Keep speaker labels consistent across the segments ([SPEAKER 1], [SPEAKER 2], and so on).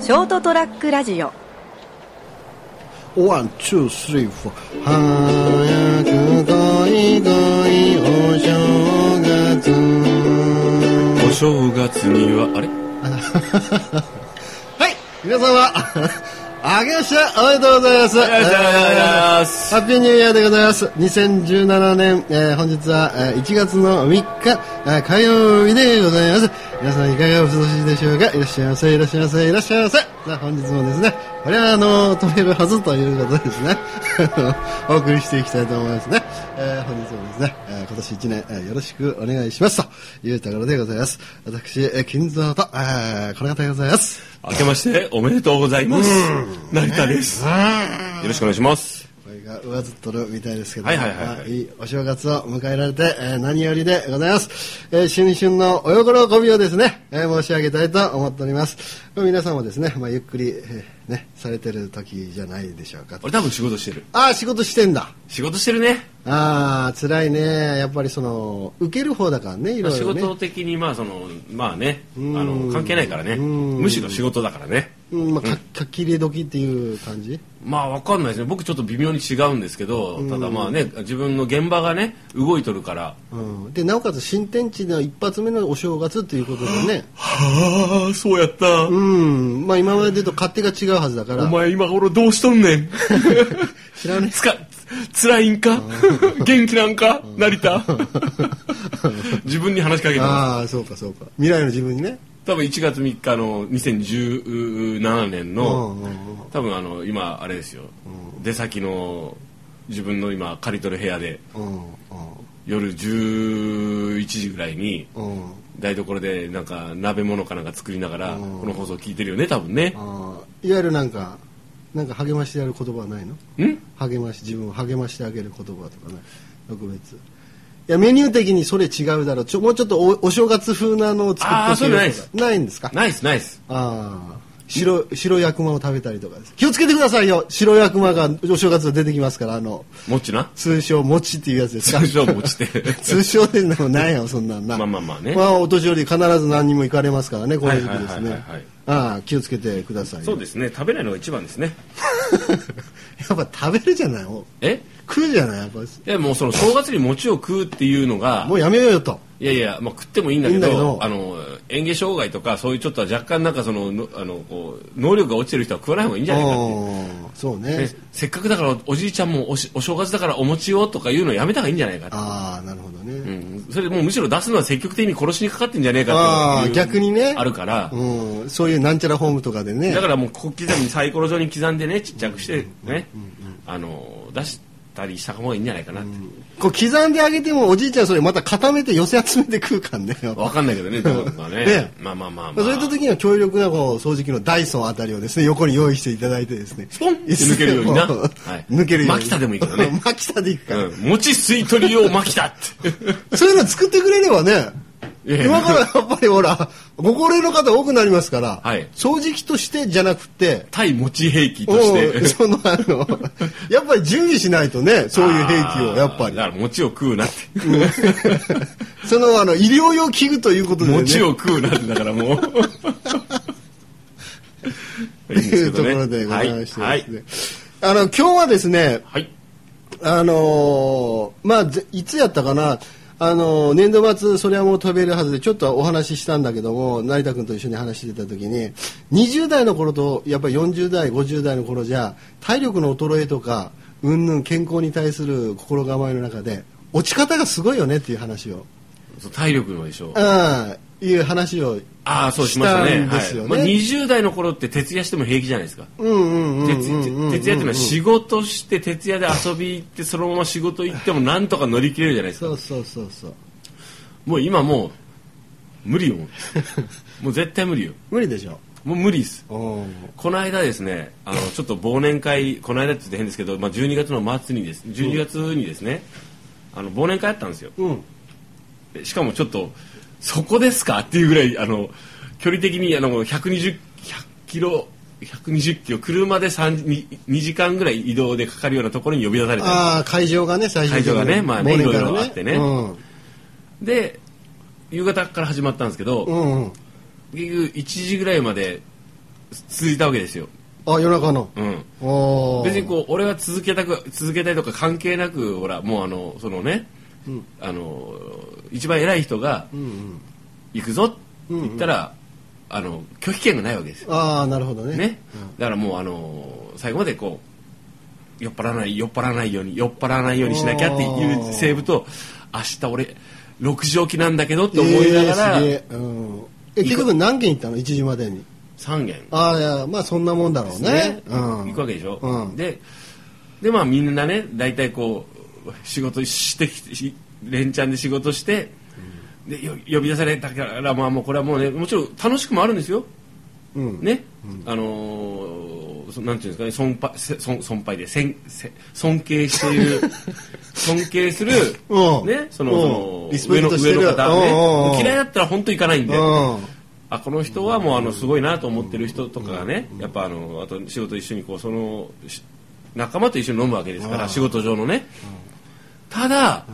[SPEAKER 1] ショートトラックラジオ
[SPEAKER 2] ワン、ツー、スリー、フォー。早く来い来いお正月。
[SPEAKER 3] お正月にはあれ
[SPEAKER 2] はい、 皆様、あげましておめでとうございます。おめ
[SPEAKER 3] でとうございます
[SPEAKER 2] ハッピーニューイヤーでございます。2017年、えー本日は、えー1月の3日、えー火曜日でございます。皆さんいかがお過ごしでしょうかいらっしゃいませ、いらっしゃいませ、いらっしゃいませ。さあ、本日もですね、これはあの、飛べるはずということですね。 お送りしていきたいと思いますね。えー本日もですね、えー今年1年、えーよろしくお願いしますというところでございます。私、えー金蔵と、えーこの方でございます。
[SPEAKER 3] 明けましておめでとうございます成田ですよろしくお願いします
[SPEAKER 2] これが上ずっとるみたいですけど、
[SPEAKER 3] はいはいはいはい
[SPEAKER 2] まあいお正月を迎えられて、えー何よりでございます、えー新春のお喜びをですね、えー申し上げたいと思っております皆さんもですね、まあ、ゆっくり、えーねされてる時じゃないでしょうか
[SPEAKER 3] 俺多分仕事してる
[SPEAKER 2] ああ仕事してんだ
[SPEAKER 3] 仕事してるね
[SPEAKER 2] ああ辛いねやっぱりその受ける方だからねい
[SPEAKER 3] まあ
[SPEAKER 2] ろい
[SPEAKER 3] 仕
[SPEAKER 2] ろね
[SPEAKER 3] 事的にまあそのまあねあ
[SPEAKER 2] ん
[SPEAKER 3] の関係ないからね
[SPEAKER 2] うん
[SPEAKER 3] むしろ仕事だからね
[SPEAKER 2] うんまあ、か書き切れ時っていう感じ
[SPEAKER 3] まあわかんないですね僕ちょっと微妙に違うんですけどただまあね自分の現場がね動いとるから
[SPEAKER 2] うん、でなおかつ新天地の一発目のお正月ということでね、
[SPEAKER 3] はあそうやった
[SPEAKER 2] うん、まあ今までと勝手が違うはずだから、
[SPEAKER 3] 前今頃どうしとんねん
[SPEAKER 2] 知らね
[SPEAKER 3] つかつらいんか元気なんか 成田自分に話しかけてます
[SPEAKER 2] ああそうかそうか未来の自分にね
[SPEAKER 3] 多分1月3日の2017年の、
[SPEAKER 2] うんうんうん
[SPEAKER 3] 多分あの今あれですよ、出先の自分の今借り取る部屋で
[SPEAKER 2] うんうん
[SPEAKER 3] 夜11時ぐらいに
[SPEAKER 2] うん
[SPEAKER 3] 台所でなんか鍋物かなんか作りながらこの放送聞いてるよね多分ね
[SPEAKER 2] あ、あいわゆるなんかなんか励ましてやる言葉はないの
[SPEAKER 3] ん
[SPEAKER 2] 励まし自分を励ましてあげる言葉とかね特別いやメニュー的にそれ違うだろうちょもうちょっとおお正月風なのを作
[SPEAKER 3] あ
[SPEAKER 2] っ
[SPEAKER 3] ー
[SPEAKER 2] て
[SPEAKER 3] そういうのないです
[SPEAKER 2] ないんですか
[SPEAKER 3] ナイスナイス
[SPEAKER 2] ああ白白い悪魔を食べたりとかです気をつけてくださいよ白い悪魔がお正月は出てきますからあの
[SPEAKER 3] もっち な
[SPEAKER 2] 通称餅っていうやつですか
[SPEAKER 3] 通常も落ちて
[SPEAKER 2] 通称でもないよそんなんな
[SPEAKER 3] まあまあまあね
[SPEAKER 2] まあお年寄り必ず何人も行かれますからねこの時期ですね
[SPEAKER 3] はいはいはいはい
[SPEAKER 2] ああ気をつけてくださいよ
[SPEAKER 3] そうですね食べないのが一番ですね
[SPEAKER 2] やっぱ食べるじゃないお
[SPEAKER 3] え
[SPEAKER 2] 食うじゃないやっぱ
[SPEAKER 3] いやもうその正月に餅を食うっていうのが
[SPEAKER 2] もうやめようよと
[SPEAKER 3] いやいや、まあ、食ってもいいんだけど
[SPEAKER 2] いいんだけど
[SPEAKER 3] あの嚥下障害とかそういうちょっとは若干なんかそののあのこう能力が落ちてる人は食わない方がいいんじゃないかっていう
[SPEAKER 2] おーそうね
[SPEAKER 3] ねせっかくだからおおじいちゃんもおしお正月だからお餅をとかいうのやめた方がいいんじゃないかって
[SPEAKER 2] ああなるほどね、
[SPEAKER 3] うん、それもうむしろ出すのは積極的に殺しにかかってんじゃねえか
[SPEAKER 2] ああ
[SPEAKER 3] っていう
[SPEAKER 2] 逆にね
[SPEAKER 3] あるから、
[SPEAKER 2] うん、そういうなんちゃらホームとかでね
[SPEAKER 3] だからもう小刻みにサイコロ状に刻んでねちっちゃくしてねあの出したりした方がいいんじゃないかなって、
[SPEAKER 2] こう刻んであげてもおじいちゃんそれまた固めて寄せ集めて食うかんねやっぱ
[SPEAKER 3] わかんないけ どねどうかね
[SPEAKER 2] ね
[SPEAKER 3] まあまあまあ
[SPEAKER 2] ま
[SPEAKER 3] ま
[SPEAKER 2] あ
[SPEAKER 3] あ
[SPEAKER 2] そういった時には強力なこう掃除機のダイソンあたりをですね横に用意していただいてですね
[SPEAKER 3] スポンって抜けるよう になはい
[SPEAKER 2] 抜けるように
[SPEAKER 3] マキタでもいいけ どね
[SPEAKER 2] マキタでいくから、
[SPEAKER 3] うん、餅吸い取り用巻きだ って。
[SPEAKER 2] そういうの作ってくれればね
[SPEAKER 3] いやいや
[SPEAKER 2] 今からやっぱりほらご高齢の方多くなりますから、
[SPEAKER 3] はい
[SPEAKER 2] 掃除機としてじゃなくて
[SPEAKER 3] 対餅兵器とし
[SPEAKER 2] もう
[SPEAKER 3] て。
[SPEAKER 2] そのあのやっぱり準備しないとねそういう兵器をやっぱり
[SPEAKER 3] だから餅を食うなって。
[SPEAKER 2] そのあの医療用器具ということでね
[SPEAKER 3] 餅を食うなってだ からもう。
[SPEAKER 2] っていうところでございましてですね、あの今日はですね
[SPEAKER 3] はい。はい。
[SPEAKER 2] あのーまあぜいつやったかなあのー年度末それはもう飛べるはずでちょっとお話ししたんだけども成田君と一緒に話してた時に20代の頃とやっぱり40代50代の頃じゃ体力の衰えとかうんぬん健康に対する心構えの中で落ち方がすごいよねっていう話を
[SPEAKER 3] そう体力のでしょう。
[SPEAKER 2] うんいう話を
[SPEAKER 3] ああ、そうしました
[SPEAKER 2] した
[SPEAKER 3] ね。
[SPEAKER 2] んですよね
[SPEAKER 3] はいまあ20代の頃って徹夜しても平気じゃないですか。
[SPEAKER 2] うんうんうんうん
[SPEAKER 3] 徹夜徹夜っていうのは仕事して徹夜で遊び行ってそのまま仕事行ってもなんとか乗り切れるじゃないですか
[SPEAKER 2] そうそうそうそう
[SPEAKER 3] もう今もう無理よもうもう絶対無理よ
[SPEAKER 2] 無理でしょ
[SPEAKER 3] もう無理です
[SPEAKER 2] うん
[SPEAKER 3] この間ですねあのちょっと忘年会この間って言って変ですけど、まあ、12月の末にです12月にですね、あの忘年会あったんですよ
[SPEAKER 2] うん
[SPEAKER 3] でしかもちょっとそこですかっていうぐらいあの距離的にあの120 100キロ120キロ車で2時間ぐらい移動でかかるようなところに呼び出されたんです
[SPEAKER 2] ああ会場がね最初
[SPEAKER 3] 会場がねまあね
[SPEAKER 2] 忘年会の
[SPEAKER 3] いろいろあってね
[SPEAKER 2] うん
[SPEAKER 3] で夕方から始まったんですけど、
[SPEAKER 2] うんうん
[SPEAKER 3] 結局1時ぐらいまで続いたわけですよ、
[SPEAKER 2] あ、夜中の。
[SPEAKER 3] うん、
[SPEAKER 2] おー
[SPEAKER 3] 別にこう俺は続けたく続けたいとか関係なくほらもうあのそのね、あの一番偉い人が
[SPEAKER 2] うん
[SPEAKER 3] 行くぞって言ったら、あの拒否権がないわけですよ
[SPEAKER 2] うん。ああ、なるほどね。
[SPEAKER 3] ね、だからもうあの最後までこう酔っ払わない酔っ払わないように酔っ払わないようにしなきゃっていうセーブと明日俺6時起きなんだけどって思いながら
[SPEAKER 2] えーすげえうん、え結局何件行ったの ?1 時までに。
[SPEAKER 3] 3軒
[SPEAKER 2] ああ、いや、まあそんなもんだろうね。うん。
[SPEAKER 3] 行くわけでしょ、
[SPEAKER 2] うん
[SPEAKER 3] ででまあみんなね大体こう仕事してきてし連チャンで仕事して、でよ呼び出されたからまあもうこれはもうねもちろん楽しくもあるんですよ
[SPEAKER 2] うん。
[SPEAKER 3] ね、あのーそなんていうんですかね尊敗せ尊尊敗でせんせ尊敬してい る尊敬する、
[SPEAKER 2] うん
[SPEAKER 3] ねその
[SPEAKER 2] うん
[SPEAKER 3] その
[SPEAKER 2] リス
[SPEAKER 3] 上
[SPEAKER 2] ペ
[SPEAKER 3] の
[SPEAKER 2] クトしてる
[SPEAKER 3] 上の方
[SPEAKER 2] うんうんうん
[SPEAKER 3] ね嫌いだったら本当行かないんで、
[SPEAKER 2] うん。
[SPEAKER 3] あこの人はもうあのすごいなと思ってる人とかがねやっぱあのあと仕事一緒にこうそのし仲間と一緒に飲むわけですか
[SPEAKER 2] う
[SPEAKER 3] ら
[SPEAKER 2] ん
[SPEAKER 3] 仕事上のねただ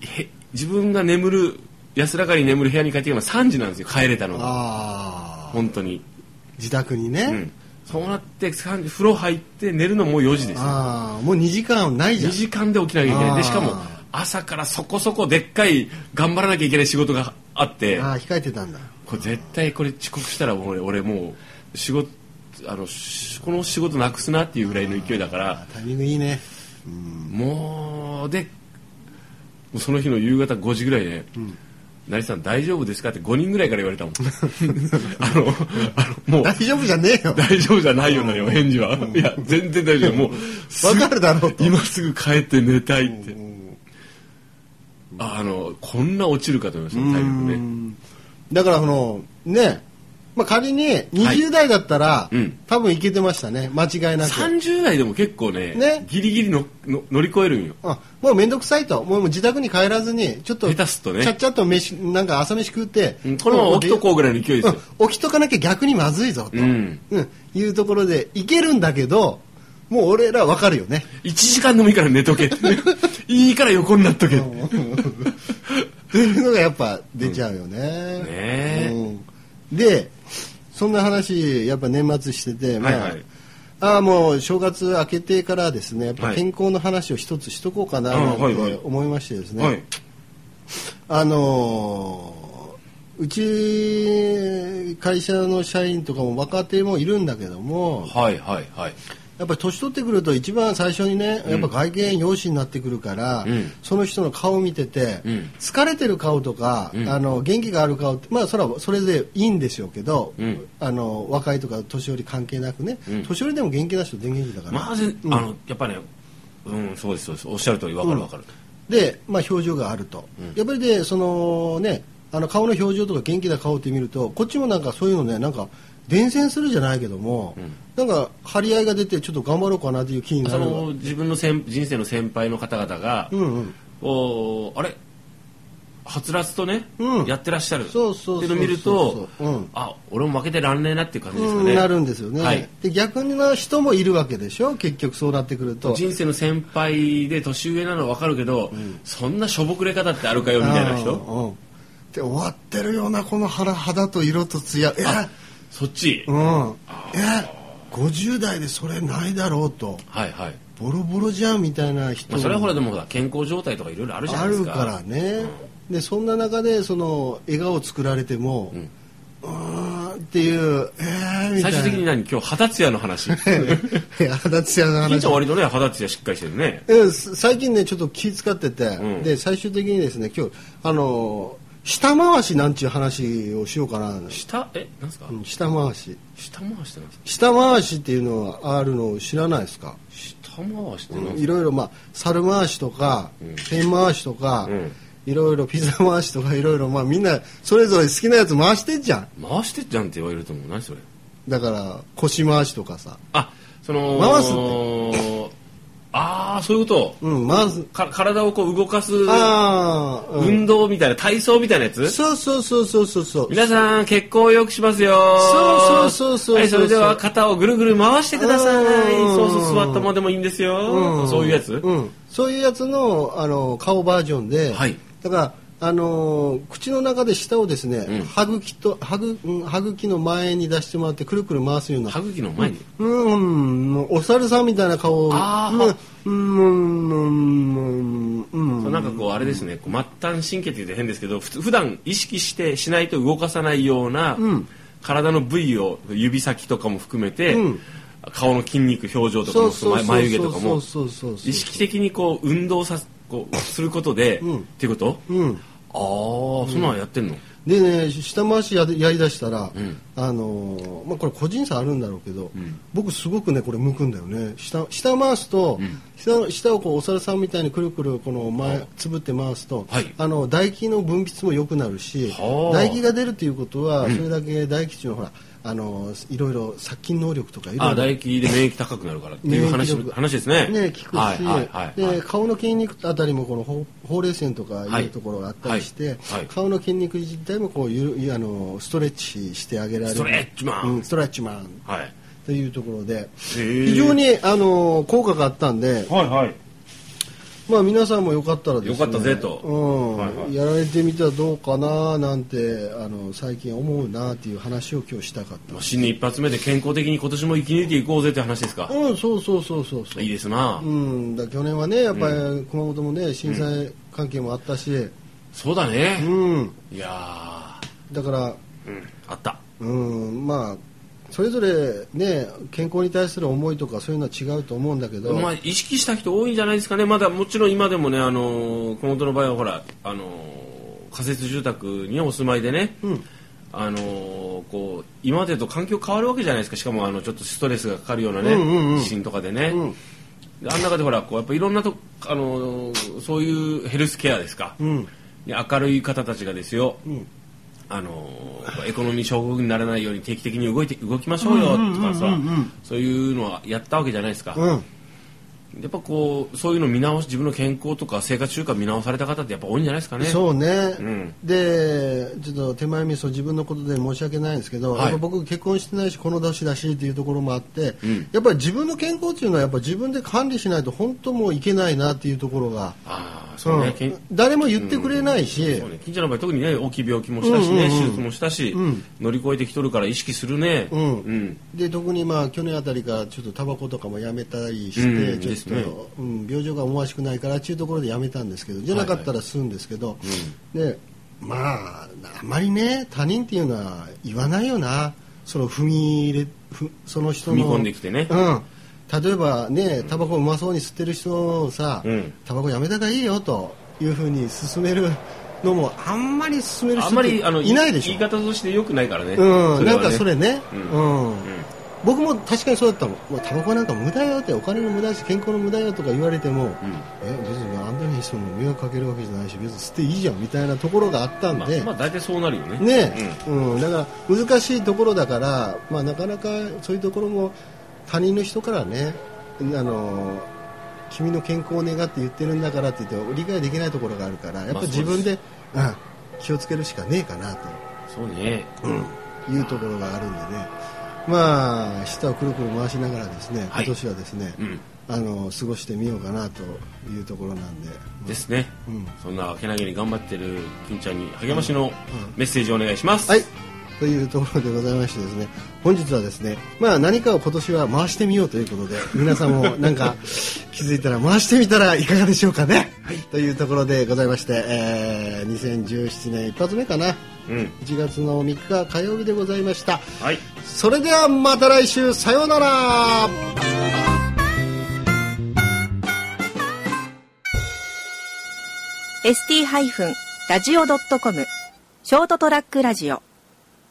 [SPEAKER 3] へ自分が眠る安らかに眠る部屋に帰ってきたのは3時なんですよ帰れたのが
[SPEAKER 2] ああ、
[SPEAKER 3] 本当に、
[SPEAKER 2] 自宅に
[SPEAKER 3] う
[SPEAKER 2] ね。
[SPEAKER 3] ん、そうなって3時風呂入って寝るのもう4時です
[SPEAKER 2] ああ、もう2時間ないじゃ
[SPEAKER 3] 2
[SPEAKER 2] ん。
[SPEAKER 3] 時間で起きなきゃいけないでしかも
[SPEAKER 2] あ
[SPEAKER 3] 朝からそこそこでっかい頑張らなきゃいけない仕事があって
[SPEAKER 2] ああ、控えてたんだ。
[SPEAKER 3] これ絶対これ遅刻したらもう俺俺もう仕事あのしこの仕事なくすなっていうぐらいの勢いだから
[SPEAKER 2] タイミングいいね。
[SPEAKER 3] もうでその日の夕方5時ぐらいね、成さん大丈夫ですかって5人ぐらいから言われ たもんあのあのもう
[SPEAKER 2] 大丈夫じゃねえよ。
[SPEAKER 3] 大丈夫じゃないよなよ返事は、いや全然大丈夫もうすぐ
[SPEAKER 2] わかるだろうと
[SPEAKER 3] 今すぐ帰って寝たいって、
[SPEAKER 2] うん
[SPEAKER 3] あのこんな落ちるかと思いました体力ね
[SPEAKER 2] だからその、ね、まあ仮に20代だったら
[SPEAKER 3] うん、
[SPEAKER 2] 多分いけてましたね。間違いなく。
[SPEAKER 3] 30代でも結構ね
[SPEAKER 2] ね
[SPEAKER 3] ギリギリのの乗り越えるんよ
[SPEAKER 2] あもうめんどくさいともう自宅に帰らずにちょっと
[SPEAKER 3] 下手すっとね
[SPEAKER 2] ちゃっちゃっと飯なんか朝飯食って、
[SPEAKER 3] うんこのまま起きとこうぐらいの勢いですよ、
[SPEAKER 2] うん起きとかなきゃ逆にまずいぞと、
[SPEAKER 3] うん
[SPEAKER 2] うんいうところでいけるんだけどもう俺らわかるよね
[SPEAKER 3] 1時間でもいいから寝 とけっていいから横になっとけって
[SPEAKER 2] というのがやっぱ出ちゃうよね,、
[SPEAKER 3] え
[SPEAKER 2] うんでそんな話やっぱ年末してて、まあ
[SPEAKER 3] はいはい
[SPEAKER 2] ああもう正月明けてからですねやっぱ
[SPEAKER 3] はい
[SPEAKER 2] 健康の話を一つしとこうかな
[SPEAKER 3] あ
[SPEAKER 2] なん
[SPEAKER 3] はいはい
[SPEAKER 2] て思いましてですね、
[SPEAKER 3] はい
[SPEAKER 2] あのーうち会社の社員とかも若手もいるんだけども
[SPEAKER 3] はいはいはい
[SPEAKER 2] やっぱり年取ってくると一番最初にね、やっぱ外見容姿になってくるから、
[SPEAKER 3] うん
[SPEAKER 2] その人の顔を見てて、
[SPEAKER 3] うん
[SPEAKER 2] 疲れてる顔とか、
[SPEAKER 3] うん
[SPEAKER 2] あの元気がある顔ってまあそれはそれでいいんでしょうけど、
[SPEAKER 3] うん
[SPEAKER 2] あの若いとか年寄り関係なくね、
[SPEAKER 3] うん
[SPEAKER 2] 年寄りでも元気な人で元気だから、
[SPEAKER 3] まず、
[SPEAKER 2] うん
[SPEAKER 3] あのやっぱねうんそうですそうですおっしゃる通りわかるわかる、
[SPEAKER 2] で、まあ、表情があると、やっぱりでそのねあの顔の表情とか元気な顔って見るとこっちもなんかそういうのねなんか伝染するじゃないけども、なんか張り合いが出てちょっと頑張ろうかなという気にな
[SPEAKER 3] そ
[SPEAKER 2] るわ
[SPEAKER 3] の自分の先人生の先輩の方々が、
[SPEAKER 2] うんうん
[SPEAKER 3] おーあれはつらつとね、
[SPEAKER 2] うん
[SPEAKER 3] やってらっしゃる
[SPEAKER 2] そうそうそうそう
[SPEAKER 3] っていうのを見ると、
[SPEAKER 2] うん
[SPEAKER 3] あ俺も負けてらんねえなっていう感じですか
[SPEAKER 2] う
[SPEAKER 3] ね、
[SPEAKER 2] ん、なるんですよね、
[SPEAKER 3] はい
[SPEAKER 2] で逆の人もいるわけでしょ結局そうなってくると
[SPEAKER 3] 人生の先輩で年上なのは分かるけど、そんなしょぼくれ方ってあるかよみたいな
[SPEAKER 2] うん
[SPEAKER 3] 人
[SPEAKER 2] うんで終わってるようなこの腹肌と色と艶いや
[SPEAKER 3] そっち、
[SPEAKER 2] うんいや50代でそれないだろうと
[SPEAKER 3] はいはい、
[SPEAKER 2] ボロボロじゃんみたいな人
[SPEAKER 3] まあ、それはほらでもほら健康状態とかいろいろあるじゃな
[SPEAKER 2] あ
[SPEAKER 3] いです
[SPEAKER 2] る
[SPEAKER 3] か
[SPEAKER 2] からね、でそんな中でその笑顔を作られても、うんーんっていうえー、みたいな
[SPEAKER 3] 最終的に何今日肌ツヤの 話
[SPEAKER 2] いや足立屋の
[SPEAKER 3] 金
[SPEAKER 2] 話
[SPEAKER 3] ちゃん割とね肌ツヤしっかりしてるね
[SPEAKER 2] うんす最近ねちょっと気使ってて、
[SPEAKER 3] うん
[SPEAKER 2] で最終的にですね今日あのー下回しなんちゅう話をしようかな
[SPEAKER 3] 下えなんですか、
[SPEAKER 2] うん下回し
[SPEAKER 3] 下回してなんですか
[SPEAKER 2] 下回しっていうのはあるのを知らないですか
[SPEAKER 3] 下回してなんですか、
[SPEAKER 2] いろいろまあ猿回しとか、ペン回しとか、
[SPEAKER 3] うん
[SPEAKER 2] いろいろピザ回しとかいろいろまあみんなそれぞれ好きなやつ回してんじゃん
[SPEAKER 3] 回してっじゃんって言われると思う何それ
[SPEAKER 2] だから腰回しとかさ
[SPEAKER 3] あその
[SPEAKER 2] 回すっ
[SPEAKER 3] ああそういうこと
[SPEAKER 2] うん回す
[SPEAKER 3] か体をこう動かす
[SPEAKER 2] ああ、うん
[SPEAKER 3] 運動みたいな体操みたいなやつ
[SPEAKER 2] そうそうそうそうそうそう
[SPEAKER 3] 皆さん血行を良くしますよ
[SPEAKER 2] そうそうそうそう
[SPEAKER 3] はいそれでは肩をぐるぐる回してください
[SPEAKER 2] うん
[SPEAKER 3] そうそう座ったままでもいいんですよ、
[SPEAKER 2] ん
[SPEAKER 3] そういうやつ、
[SPEAKER 2] うん、そういうやつのあの顔バージョンで、
[SPEAKER 3] はい
[SPEAKER 2] だからあのー口の中で舌をですね、
[SPEAKER 3] うん
[SPEAKER 2] 歯茎と歯ぐ、うん歯茎の前に出してもらってくるくる回すような
[SPEAKER 3] 歯茎の前に、
[SPEAKER 2] うん、もうお猿さんみたいな顔を
[SPEAKER 3] あ
[SPEAKER 2] うんうんうんうんうん
[SPEAKER 3] なんかこうあれですねこう末端神経って言って変ですけど普通普段意識してしないと動かさないような、体の部位を指先とかも含めて、
[SPEAKER 2] うん
[SPEAKER 3] 顔の筋肉表情とか
[SPEAKER 2] そ
[SPEAKER 3] も
[SPEAKER 2] うそうそうそう
[SPEAKER 3] ま眉毛とかも
[SPEAKER 2] そうそうそう
[SPEAKER 3] 意識的にこう運動さこうすることで、
[SPEAKER 2] うん
[SPEAKER 3] っていうこと
[SPEAKER 2] うん
[SPEAKER 3] ああそんなのやってんの、
[SPEAKER 2] でね下回しやでやりだしたら、
[SPEAKER 3] うん
[SPEAKER 2] あのーまあ、これ個人差あるんだろうけど、
[SPEAKER 3] ん
[SPEAKER 2] 僕すごくねこれ向くんだよね下下回すと、下下をこうお猿さんみたいにくるくるこの前つぶって回すと、
[SPEAKER 3] はい
[SPEAKER 2] あの唾液の分泌も良くなるし
[SPEAKER 3] はあ
[SPEAKER 2] 唾液が出るということは、それだけ唾液中のほらあのーいろいろ殺菌能力とかいろいろ
[SPEAKER 3] あ唾液で免疫高くなるからっていう話
[SPEAKER 2] 免疫力
[SPEAKER 3] 話ですね
[SPEAKER 2] ね、効くし、
[SPEAKER 3] はいはいはいはい
[SPEAKER 2] で顔の筋肉あたりもこのほうほうれい線とかいうところがあったりして、
[SPEAKER 3] はいはいはい
[SPEAKER 2] 顔の筋肉自体もこうゆるゆあのストレッチしてあげられる
[SPEAKER 3] ストレッチマン
[SPEAKER 2] うんストレッチマン
[SPEAKER 3] はい
[SPEAKER 2] というところで
[SPEAKER 3] ー
[SPEAKER 2] 非常にあの効果があったんで、
[SPEAKER 3] はいはい
[SPEAKER 2] まあ、皆さんもよかったらですね
[SPEAKER 3] よかったぜと
[SPEAKER 2] うん
[SPEAKER 3] はいはい
[SPEAKER 2] やられてみたらどうかななんてあの最近思うなっていう話を今日したかった
[SPEAKER 3] まあ、新年一発目で健康的に今年も生き抜いていこうぜって話ですか、
[SPEAKER 2] うんそうそうそうそうそう
[SPEAKER 3] いいですな、
[SPEAKER 2] うん、だ去年はねやっぱり熊本もね震災関係もあったし、
[SPEAKER 3] そうだ
[SPEAKER 2] う
[SPEAKER 3] ね、
[SPEAKER 2] ん
[SPEAKER 3] いや
[SPEAKER 2] だから、
[SPEAKER 3] ー、うん、あった
[SPEAKER 2] うん、まあそれぞれね健康に対する思いとかそういうのは違うと思うんだけど、
[SPEAKER 3] まあ、意識した人多いんじゃないですかねまだもちろん今でもね、あのー熊本の場合はほら、あのー仮設住宅にお住まいでね、
[SPEAKER 2] うん
[SPEAKER 3] あのーこう今までと環境変わるわけじゃないですかしかもあのちょっとストレスがかかるようなね、
[SPEAKER 2] うんうんうん
[SPEAKER 3] 地震とかでね、
[SPEAKER 2] うん
[SPEAKER 3] であん中でほらこうやっぱいろんなと、あのーそういうヘルスケアですか、
[SPEAKER 2] うん
[SPEAKER 3] に明るい方たちがですよ、
[SPEAKER 2] うん
[SPEAKER 3] あのエコノミー症候群にならないように定期的に動いて動きましょうよとか
[SPEAKER 2] うん
[SPEAKER 3] さ
[SPEAKER 2] うんうんうん
[SPEAKER 3] そういうのはやったわけじゃないですか、
[SPEAKER 2] う
[SPEAKER 3] や
[SPEAKER 2] ん
[SPEAKER 3] っぱこうそういうの見直し自分の健康とか生活習慣見直された方ってやっぱ多いんじゃないですかね
[SPEAKER 2] そうね、
[SPEAKER 3] うん
[SPEAKER 2] でちょっと手前味噌自分のことで申し訳ないんですけど、
[SPEAKER 3] はい
[SPEAKER 2] やっぱ僕結婚してないしこの年だしっていうところもあって、
[SPEAKER 3] うん
[SPEAKER 2] やっぱり自分の健康っていうのはやっぱ自分で管理しないと本当もういけないなっていうところが、
[SPEAKER 3] ああそうね、けん
[SPEAKER 2] うん誰も言ってくれないし、
[SPEAKER 3] そうね近所の場合特にね大きい病気もしたしね、
[SPEAKER 2] うんうんうん
[SPEAKER 3] 手術もしたし、
[SPEAKER 2] うん
[SPEAKER 3] 乗り越えてきとるから意識するね
[SPEAKER 2] うんで特にまあ去年あたりからちょっとタバコとかもやめたりして、
[SPEAKER 3] うん
[SPEAKER 2] ちょっ
[SPEAKER 3] です
[SPEAKER 2] と、
[SPEAKER 3] ね
[SPEAKER 2] うん、病状が思わしくないからっていうところでやめたんですけどじゃなかったらするんですけど、でまああまりね他人っていうのは言わないよなその踏み入れふその人
[SPEAKER 3] 踏
[SPEAKER 2] の
[SPEAKER 3] み込んできてね、
[SPEAKER 2] うん、例えばねタバコうまそうに吸ってる人をさ、
[SPEAKER 3] うん
[SPEAKER 2] タバコやめた方がいいよというふうに勧めるのもあんまり勧める
[SPEAKER 3] あ
[SPEAKER 2] 人
[SPEAKER 3] んまりあの
[SPEAKER 2] っていないでしょ
[SPEAKER 3] 言い方としてよくないから
[SPEAKER 2] う
[SPEAKER 3] ね、
[SPEAKER 2] ん、
[SPEAKER 3] それ
[SPEAKER 2] な
[SPEAKER 3] は
[SPEAKER 2] んか
[SPEAKER 3] ね
[SPEAKER 2] それね、
[SPEAKER 3] う
[SPEAKER 2] うんん僕も確かにそうだったの、もうタバコなんか無駄よって、お金の無駄だし、健康の無駄よとか言われても、
[SPEAKER 3] うん
[SPEAKER 2] え別にあんたにその迷惑かけるわけじゃないし、別に吸っていいじゃんみたいなところがあったん
[SPEAKER 3] まあ
[SPEAKER 2] で、
[SPEAKER 3] まあ大体そうなるよね
[SPEAKER 2] ね、うんだから難しいところだから、まあ、なかなかそういうところも他人の人からね、あの君の健康を願って言ってるんだからって言って、理解できないところがあるから、やっぱ自分で,、うん、気をつけるしかねえかなと。
[SPEAKER 3] うん、そうね、
[SPEAKER 2] いうところがあるんでね、まあ、舌をくるくる回しながらですね、
[SPEAKER 3] はい
[SPEAKER 2] 今年はですね、
[SPEAKER 3] うん
[SPEAKER 2] あの過ごしてみようかなというところなんで、
[SPEAKER 3] ですね、
[SPEAKER 2] うん
[SPEAKER 3] そんなけなげに頑張ってる金ちゃんに励ましのメッセージをお願いします、
[SPEAKER 2] はい、というところでございましてですね、本日はですね、まあ何かを今年は回してみようということで、皆さんもなんか 気づいたら回してみたらいかがでしょうかね。というところでございまして、えー2017年一発目かな、
[SPEAKER 3] うん
[SPEAKER 2] 1月の3日火曜日でございました。
[SPEAKER 3] はい
[SPEAKER 2] それではまた来週さようなら
[SPEAKER 1] ー ST-radio.com ショートトラックラジオ